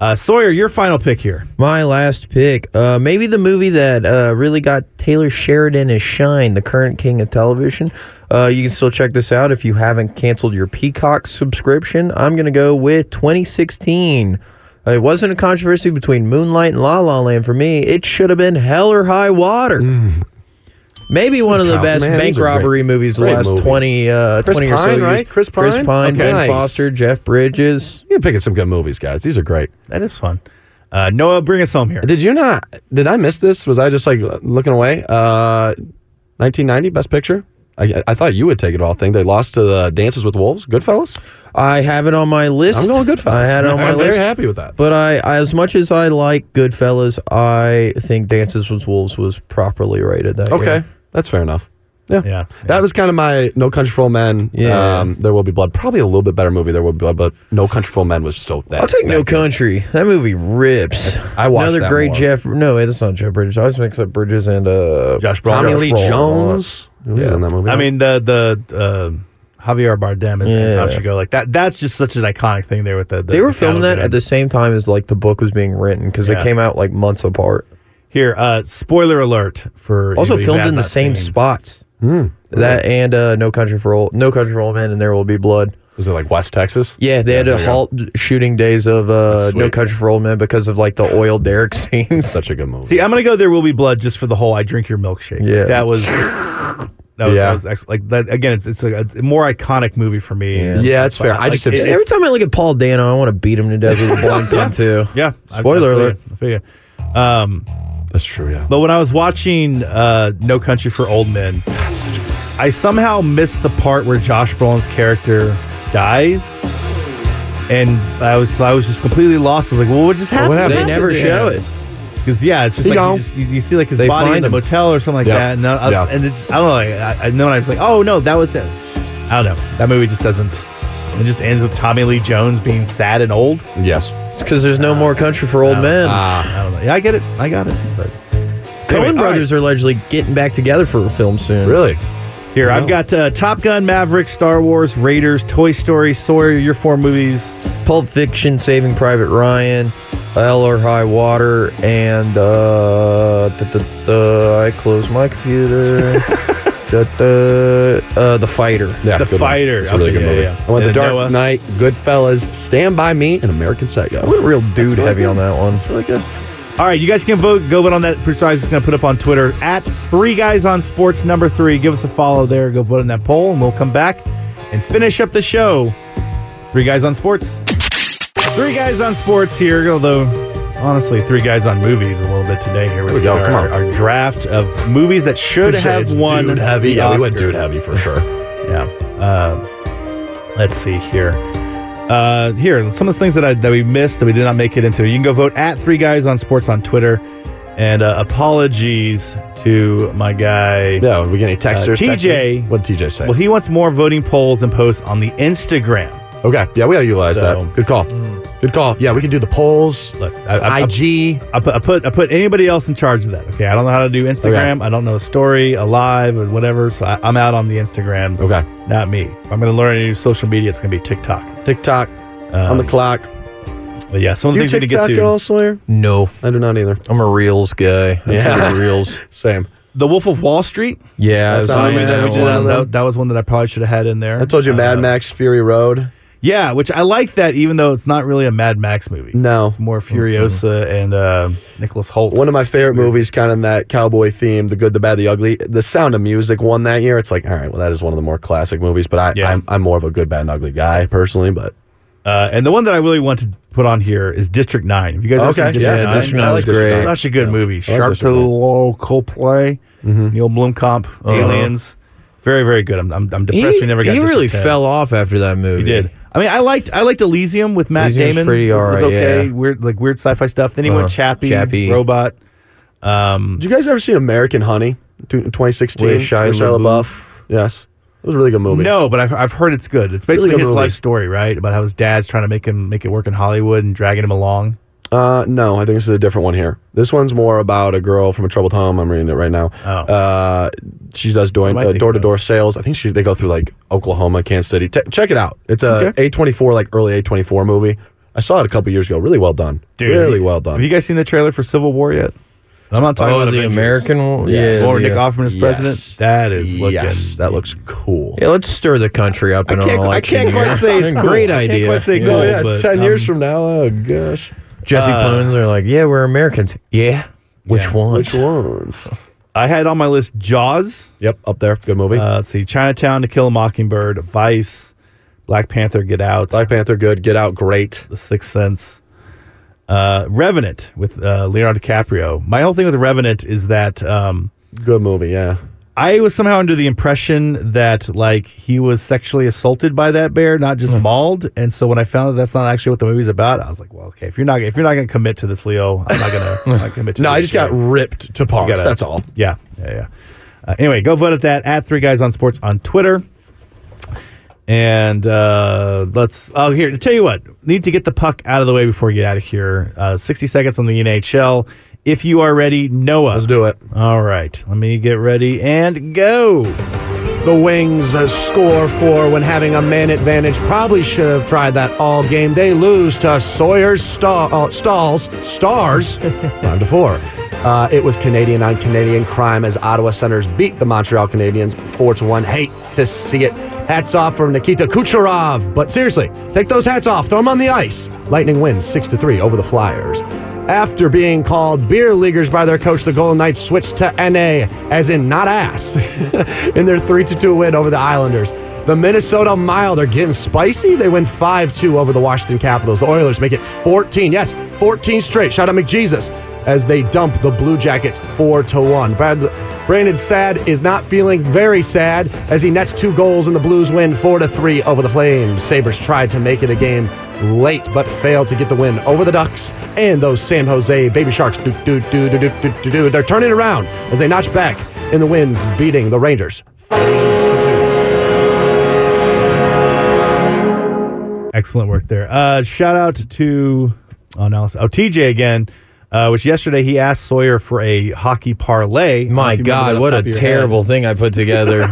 Uh, Sawyer, your final pick here.
My last pick, uh, maybe the movie that uh, really got Taylor Sheridan his shine, the current king of television. Uh, you can still check this out if you haven't canceled your Peacock subscription. I'm gonna go with 2016. Uh, It wasn't a controversy between Moonlight and La La Land for me. It should have been Hell or High Water. Maybe one of the
Mm. Wow,
best
man,
bank
these are great-
robbery movies the
great
last
movie.
20, uh,
Chris
20 or so
Pine,
years.
right? Chris
Chris
Pine?
Pine,
Okay.
Ben
Nice.
Foster, Jeff Bridges.
You're picking some good movies, guys. These are great.
That is fun. Uh, Noah, bring us home here.
Did you not? Did I miss this? Was I just like looking away? Uh, 1990 Best Picture. I, I thought you would take it all. Thing they lost to the Dances with Wolves. Goodfellas.
I have it on my list.
I'm going Goodfellas.
I had it on my
I'm
list.
very happy with that.
But I, I, as much as I like Goodfellas, I think Dances with Wolves was properly rated that
Okay,
year.
that's fair enough. Yeah.
Yeah,
that was kind of my No Country for Old Men.
Yeah.
um, There Will Be Blood. Probably a little bit better movie. There Will Be Blood, but No Country for Old Men was so that.
I'll take
that
No
good.
Country. That movie rips.
I watched
another
that
great
more.
Jeff. No, it's not Jeff Bridges. I always mix up Bridges and uh,
Josh Brolin.
Tommy Lee
Brolin.
Jones. Who was
Yeah.
in that movie?
I mean, the the uh, Javier Bardem is
Yeah.
yeah. go like that. That's just such an iconic thing there with the. the
They were
the
filming that
cavalry
at the same time as like the book was being written because
Yeah.
they came out like months apart.
Here, uh, spoiler alert for
Also
anybody who
filmed
has
in the
not
same
seen.
spots. That and uh, No Country for Old No Country for Old Men and There Will Be Blood.
was it like West Texas?
Yeah, they had to halt shooting days of uh, No
sweet.
Country for Old Men because of like the oil derrick scenes.
Such a good movie.
See, I'm gonna go. There will be blood just for the whole. I drink your milkshake. Like,
Yeah.
that was. That was,
Yeah.
that was ex- like that again. It's it's a, a more iconic movie for me.
Yeah.
yeah, it's fair. I
Like,
just
it-
have
Every time I look at Paul Dano, I want to beat him to death with a bowling pin too.
Yeah, I- I
Spoiler
feel
alert.
you. I feel you. Um,
That's true. Yeah.
But when I was watching uh, No Country for Old Men, I somehow missed the part where Josh Brolin's character dies, and I was so I was just completely lost. I was like, "Well, what just happened?"
They never show it.
because yeah, it's just
You
like
know.
you, just, you, you see like his
They
body in
find
the
him.
motel or something like
Yeah.
that, and I, was,
Yeah.
and it's, I don't know. Like, I, I know, and I was like, "Oh no, that was it." I don't know. That movie just doesn't. It just ends with Tommy Lee Jones being sad and old.
Yes.
It's because there's
Ah.
no more country for old men.
Ah,
I don't know. Yeah, I get it. I got it. But
Coen
anyway, all right.
brothers are allegedly getting back together for a film soon.
really?
Here, I've got uh, Top Gun, Maverick, Star Wars, Raiders, Toy Story, Sawyer, your four movies.
Pulp Fiction, Saving Private Ryan, Hell or High Water, and uh, the, the, the, I close my computer. the, the, uh, the Fighter.
Yeah,
The
good one.
Fighter.
It's a really
Okay,
good
yeah,
movie.
yeah.
I went The
And
Dark
Noah.
Knight, Goodfellas, Stand By Me, and American Psycho.
I went real dude heavy on that one.
Really good.
All right, you guys can vote. Go vote on that precise. It's going to put up on Twitter at Three Guys on Sports number three. Give us a follow there. Go vote in that poll, and we'll come back and finish up the show. Three Guys on Sports. Three Guys on Sports here, although honestly, Three Guys on Movies a little bit today. Here
There we
see
go,
Our,
come on.
our draft of movies that should
We'd say
have
it's
won.
dude heavy.
the
Yeah, we went
Oscar.
dude heavy for sure.
Yeah. Uh, let's see here. Uh, here, some of the things that I, that we missed that we did not make it into. You can go vote at Three Guys on Sports on Twitter. And uh, apologies to my guy.
No, we get any
Uh,
texters?
TJ.
What did TJ say?
Well, he wants more voting polls and posts on the Instagram.
okay, yeah, we gotta utilize
So-
that. Good call. Good call. Yeah, we can do the polls.
Look, I, I, I,
IG.
I put, I put I put anybody else in charge of that. Okay, I don't know how to do Instagram. I don't know a story, a live, or whatever. So I, I'm out on the Instagrams.
Okay.
not me. If I'm going to learn any new social media, it's going to be TikTok.
TikTok
Um,
on the clock.
but yeah, some of
Do
the
you
things we need to
TikTok
get
at
to.
all, Sawyer?
No,
I do not either.
I'm a reels guy. I
Yeah.
yeah, reels.
Same.
The Wolf of Wall Street.
Yeah,
That's
I
how
was
we
on
did it.
that
We did
one.
it on
That,
of them.
that, that was one that I probably should have had in there.
I told you Mad
Uh,
Max Fury Road.
Yeah, which I like that, even though it's not really a Mad Max movie.
Mm-hmm.
No.
It's more Furiosa and uh, Nicholas Holt.
One of my favorite movies, kind of in that cowboy theme, the good, the bad, the ugly. The Sound of Music won that year. It's like, all right, well, that is one of the more classic movies. But I,
Yeah.
I'm, I'm more of a good, bad, and ugly guy personally. But
Uh, and the one that I really want to put on here is District Nine. Have you guys ever
Okay,
seen District
yeah,
Nine?
District
I
9 was
like District
great.
9.
Such a good movie.
I like
Sharp to the
District 9.
local play.
Mm-hmm.
Neil Blomkamp, Aliens. Very, very good. I'm, I'm, I'm depressed.
Uh-huh. He,
we never got.
he
District
really
10.
fell off after that movie.
He did. I mean, I liked I liked Elysium with Matt
Elysium's
Damon.
pretty
It was, it was
alright,
okay.
yeah.
Weird, like weird sci-fi stuff. Then he
Uh-huh.
went Chappie,
Chappie.
Robot. Um,
did you guys ever see American Honey, t- 2016?
With Shia LaBeouf.
Yes, it was a really good movie.
no, but I've, I've heard it's good. It's basically
good
his
movie.
life story, right? About how his dad's trying to make him make it work in Hollywood and dragging him along.
Uh, no, I think this is a different one here. This one's more about a girl from a troubled home. I'm reading it right now.
Oh.
Uh, she does door
am I thinking
door to door sales. I think she they go through like Oklahoma, Kansas City. T- check it out. It's a A24 like early A24 movie. I saw it a couple years ago. Really well done.
Dude, have
really
you-
well
Have
done.
you guys seen the trailer for Civil War yet? I'm not talking
Oh,
about
the
Avengers.
American one.
Yes.
Yeah,
Or Nick
yeah.
Hoffman as president.
Yes.
That is looking.
yes, that looks cool.
Yeah, let's stir the country up in
I
an
can't, I
election
can't
year.
quite say it's cool.
great
I can't
idea.
quite say
Oh
cool,
yeah,
but,
ten years
um,
from now. Oh gosh,
Jesse
Uh,
Plemons are like, yeah, we're Americans. Yeah, which
Yeah.
one?
which ones?
I had on my list Jaws.
Yep, up there. Good movie.
Uh, let's see, Chinatown, To Kill a Mockingbird, Vice, Black Panther, Get Out,
Black Panther. Good. Get Out. Great.
The Sixth Sense, uh, Revenant with uh, Leonardo DiCaprio. My whole thing with Revenant is that um,
Good movie. Yeah.
I was somehow under the impression that like he was sexually assaulted by that bear, not
Hmm.
just mauled. And so when I found that that's not actually what the movie's about, I was like, well, okay, if you're not if you're not going to commit to this, Leo, I'm not going to not commit to.
No, I
this
just got
show.
ripped to
You
parts.
gotta-
That's all.
Yeah, yeah, yeah. Uh, anyway, go vote at that at Three Guys on Sports on Twitter. And uh, let's. Oh, here to tell you what. Need to get the puck out of the way before we get out of here. Uh, Sixty seconds on the NHL. If you are ready, Noah.
Let's do it.
All right, let me get ready and go.
The Wings uh, score four when having a man advantage. Probably should have tried that all game. They lose to Sawyer's Sta- uh, Stalls Stars, five to four. Uh, it was Canadian on Canadian crime as Ottawa Senators beat the Montreal Canadiens four to one. Hate to see it. Hats off for Nikita Kucherov, but seriously, take those hats off. Throw them on the ice. Lightning wins six to three over the Flyers. After being called beer leaguers by their coach, the Golden Knights switched to NA, as in not ass, in their 3 2 win over the Islanders. The Minnesota Mild are getting spicy. They win 5 2 over the Washington Capitals. The Oilers make it 14. Yes, 14 straight. Shout out McJesus as they dump the Blue Jackets 4 to 1. Brad, Brandon Sad is not feeling very sad as he nets two goals and the Blues win 4 to 3 over the Flames. Sabres tried to make it a game late but failed to get the win over the Ducks and those San Jose Baby Sharks. Do, do, do, do, do, do, do, do. They're turning around as they notch back in the wins, beating the Rangers.
Excellent work there. Uh, shout out to oh no, oh TJ again. Uh, which yesterday he asked Sawyer for a hockey parlay. I don't know
My
if you remember that
God,
off
what
the
a
top of your
terrible thing I put together.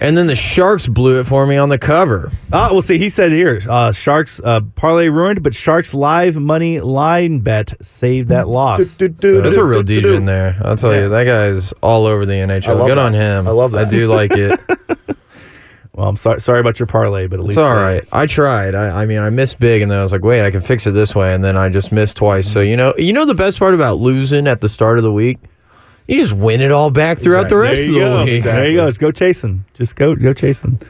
and then the Sharks blew it for me on the cover.
head. Uh, well, see, he said here, uh, Sharks uh, parlay ruined, but Sharks live money line bet saved that loss.
Do, do, do,
There's
do,
a real
do, do,
DJ in there. I'll tell you, that guy is all over the NHL.
love
Good
that.
on him.
I love that.
I do like it.
Well, I'm sorry, sorry about your parlay, but at
It's
least uh,
all right. I tried. I, I mean, I missed big, and then I was like, "Wait, I can fix it this way," and then I just missed twice. So you know, you know the best part about losing at the start of the week, you just win it all back throughout the rest
there
of
you
the
go.
week.
There you go. Just go chasing. Just go, go chasing.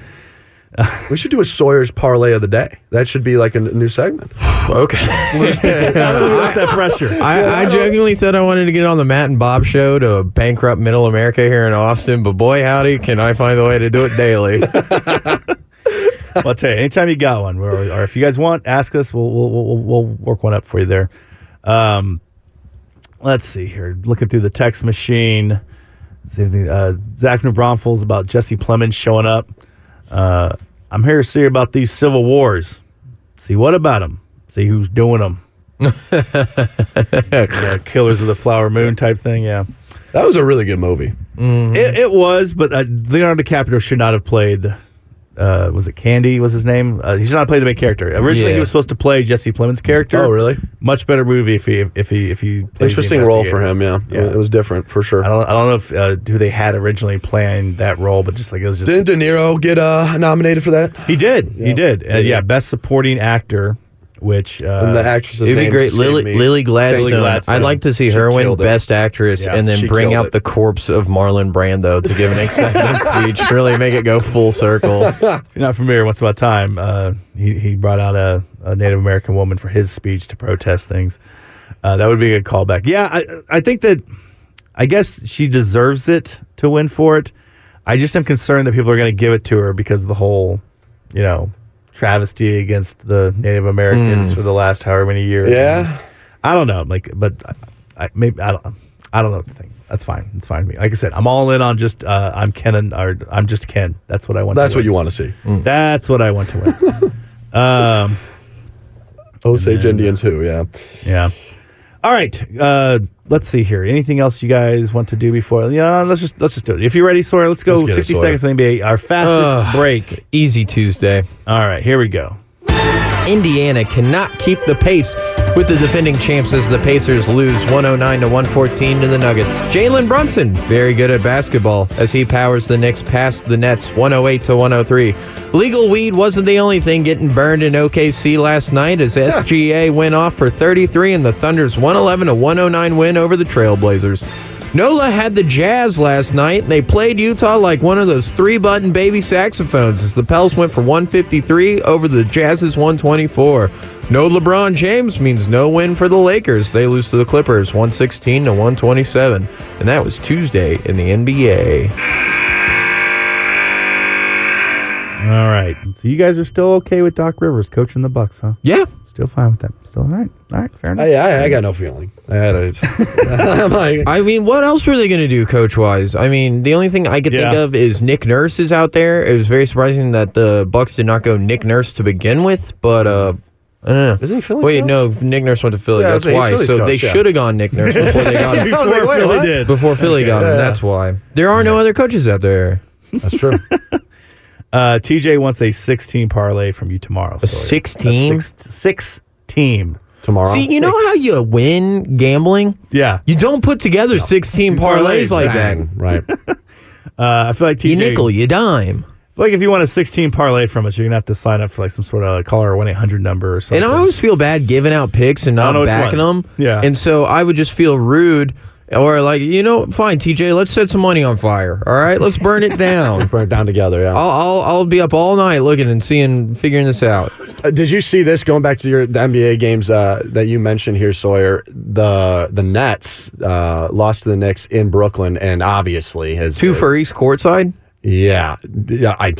We should do a Sawyer's parlay of the day. That should be like a n- new segment.
Okay.
Without that pressure.
I, I jokingly said I wanted to get on the Matt and Bob show to bankrupt middle America here in Austin, but boy, howdy, can I find a way to do it daily.
Well, I'll tell you, anytime you got one, or, or if you guys want, ask us. We'll we'll, we'll we'll work one up for you there. Um, let's see here. Looking through the text machine. See if the, uh, Zach New Braunfels about Jesse Plemons showing up. Uh, I'm here to see about these civil wars. See what about them? See who's doing them. the Killers of the Flower Moon type thing. Yeah,
That was a really good movie.
it, it was, but uh, Leonardo DiCaprio should not have played uh, was it Candy? Was his name? Uh, he should not have played the main character. Originally,
Yeah.
he was supposed to play Jesse Plemons' character.
Oh, really?
Much better movie if he if he if he played the
Interesting role for
investigator.
him. Yeah.
Yeah.
it was different for sure.
I don't I don't know if uh, who they had originally playing that role, but just like it was just
Didn't De Niro get uh, nominated for that?
he did he did uh, yeah.
Yeah.
best supporting actor, which uh,
and the actress's
It'd be
names
great.
escape
Lily,
me.
Lily Gladstone.
Gladstone.
I'd like to see
She
her win
killed it.
Best Actress
Yeah,
and then
she
bring
killed
out
it.
the corpse of Marlon Brando to give an acceptance speech. Really make it go full circle.
if you're not familiar, once upon a time, uh, he he brought out a, a Native American woman for his speech to protest things. Uh, that would be a good callback. Yeah, I I think that I guess she deserves it to win for it. I just am concerned that people are going to give it to her because of the whole, you know, travesty against the Native Americans for the last however many years.
Hmm. Yeah.
I don't know. Like, but I, I maybe I don't. I don't know what to think. That's fine. It's fine with me. Like I said, I'm all in on just uh, I'm Ken and or I'm just Ken. That's what I want.
That's
to win.
what you want to see.
Mm.
That's what I want to win. um,
Osage Indians Oh,
uh,
who, yeah.
yeah. All right. Uh, let's see here. Anything else you guys want to do before? Yeah, let's just let's just do it. If you're ready, Sawyer, let's go
Let's get it,
60
Sawyer.
seconds in the NBA. Our fastest
Ugh.
break.
Easy Tuesday.
All right, here we go.
Indiana cannot keep the pace with the defending champs as the Pacers lose 109 to 114 to the Nuggets. Jalen Brunson, very good at basketball as he powers the Knicks past the Nets 108 to 103. Legal weed wasn't the only thing getting burned in OKC last night as SGA went off for 33 in the Thunder's 111 to 109 win over the Trailblazers. Nola had the Jazz last night. They played Utah like one of those three button baby saxophones as the Pels went for 153 over the Jazz's 124. No LeBron James means no win for the Lakers. They lose to the Clippers 116 to 127. And that was Tuesday in the NBA.
All right. So you guys are still okay with Doc Rivers coaching the Bucks, huh?
Yeah.
Still fine with that. Still all right. All right. Fair enough.
I, I, I got no feeling. I had a. I'm like,
I mean, what else were they going to do coach wise? I mean, the only thing I could think
Yeah.
of is Nick Nurse is out there. It was very surprising that the Bucks did not go Nick Nurse to begin with, but uh, I don't know.
Isn't he Philly's
Wait,
coach?
no, Nick Nurse went to Philly.
Yeah,
that's
so he's
why.
Philly's
so they
coach, yeah.
should have gone Nick Nurse before they got him.
I was like, wait,
Philly
what?
did.
Before Philly got him. That's why. There are no other coaches out there.
That's true.
Uh, TJ wants a 16 parlay from you tomorrow. A
six team?
Six, six team.
Tomorrow.
See, you know how you win gambling?
Yeah.
You don't put together 16 parlays like that.
Bang. Right.
Uh, I feel like TJ.
You nickel, you dime.
Like if you want a 16 parlay from us, you're gonna have to sign up for like some sort of caller 1 800 number or something.
uh,
And I always feel bad giving out picks and
I don't know
not
which
backing
one.
them.
Yeah.
And so I would just feel rude or like, you know, fine, TJ, let's set some money on fire. All right, let's burn it down.
Burnt down together, yeah.
I'll, I'll I'll be up all night looking and seeing, figuring this out.
Uh, Did you see this? Going back to your the NBA games uh, that you mentioned here, Sawyer. The the Nets uh, lost to the Knicks in Brooklyn, and obviously has
Two for East courtside.
Yeah, yeah, I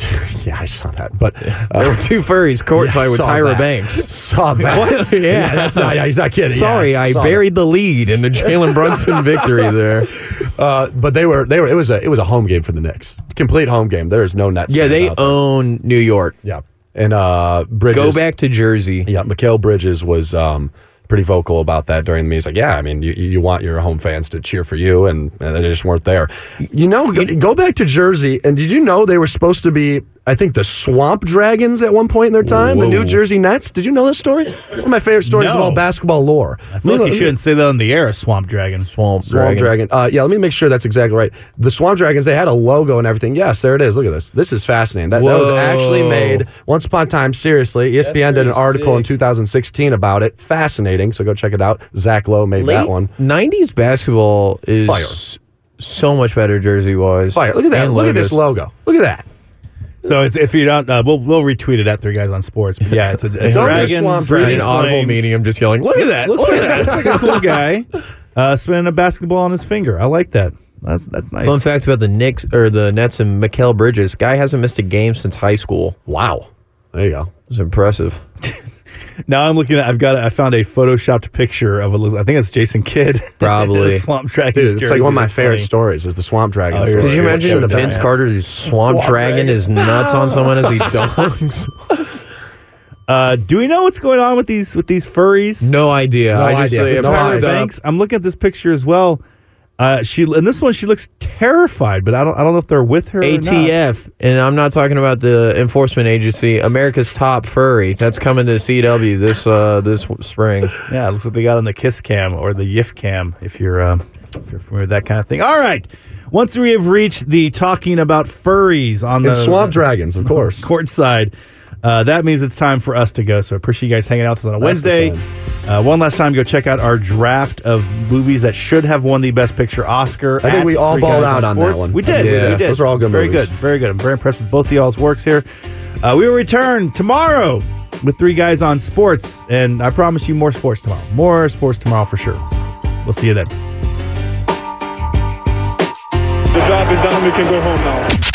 yeah I saw that, but
There were
uh,
two furries
yeah,
courtside with
saw
Tyra
that.
Banks.
Saw that.
What? Yeah.
that's not. He's not kidding.
Sorry,
Yeah,
I
saw
buried the lead in the Jalen Brunson victory there.
that. Uh, but they were. They were. It was a. It was a home game for the Knicks. Complete home game. There is no Nets.
Yeah,
fans
they
out there.
own New York.
Yeah, and uh, Bridges.
Go back to Jersey.
Yeah, Mikhail Bridges was um, pretty vocal about that during the meeting. He's like, yeah, I mean, you, you want your home fans to cheer for you, and, and they just weren't there. You know, go, go back to Jersey, and did you know they were supposed to be I think the Swamp Dragons at one point in their time, the
Whoa.
New Jersey Nets. Did you know this story? One of my favorite stories in
No.
all basketball lore.
I feel like you shouldn't say that on the air, Swamp Dragon.
Swamp,
Swamp Dragon. Uh, yeah, let me make sure that's exactly right. The Swamp Dragons, they had a logo and everything. Yes, there it is. Look at this. This is fascinating. That, that was
Whoa.
actually made once upon a time, seriously. E ESPN did an
pretty
article in
sick.
2016 about it. Fascinating. So go check it out. Zach Lowe made that one.
90s basketball is
Fire.
so much better jersey wise.
Fire. Look at that. Look at this logo. Look at that.
So it's, if you don't, uh, we'll we'll retweet it at three guys on sports. But yeah, it's a, a
be a
dragon.
swamp dragon.
In an
breathing
audible
flames.
medium, just yelling, look at that.
Looks like that. Looks like a cool guy uh, spinning a basketball on his finger. I like that. That's that's nice.
Fun fact about the Knicks or the Nets and Mikael Bridges. Guy hasn't missed a game since high school.
Wow. There you go.
It's impressive.
Now I'm looking at. I've got. I found a photoshopped picture of a. I think it's Jason Kidd.
Probably.
swamp dragon.
Dude, it's like one of my favorite
stories.
stories is the Swamp Dragon
Oh, you're
story.
right.
Could you
It was
imagine
so
Vince
dumb.
Carter's swamp, dragon is nuts on someone as he dunks?
Uh, do we know what's going on with these with these furries?
no idea.
No
I just
idea.
say
No
I'm
Tyra
eyes.
up.
Banks. I'm looking at this picture as well. Uh, she and this one she looks terrified, but I don't I don't know if they're with her. Or not.
ATF, and I'm not talking about the enforcement agency, America's top furry. That's coming to CW this uh, this w- spring.
Yeah, it looks like they got on the kiss cam or the yiff cam if you're um, if you're familiar with that kind of thing. All right. Once we have reached the talking about furries on
And
the
Swamp Dragons, of course.
court side. Uh, that means it's time for us to go. So I appreciate you guys hanging out with us on a Wednesday. Uh, one last time, go check out our draft of movies that should have won the Best Picture Oscar.
I think
at
we all
Three
balled
Guys
out on that
Sports.
one.
We did.
Yeah,
we did.
those are all good
Very
movies.
good. Very good. I'm very impressed with both of y'all's works here. Uh, we will return tomorrow with Three Guys on Sports. And I promise you more sports tomorrow. More sports tomorrow for sure. We'll see you then.
The job is done. We can go home now.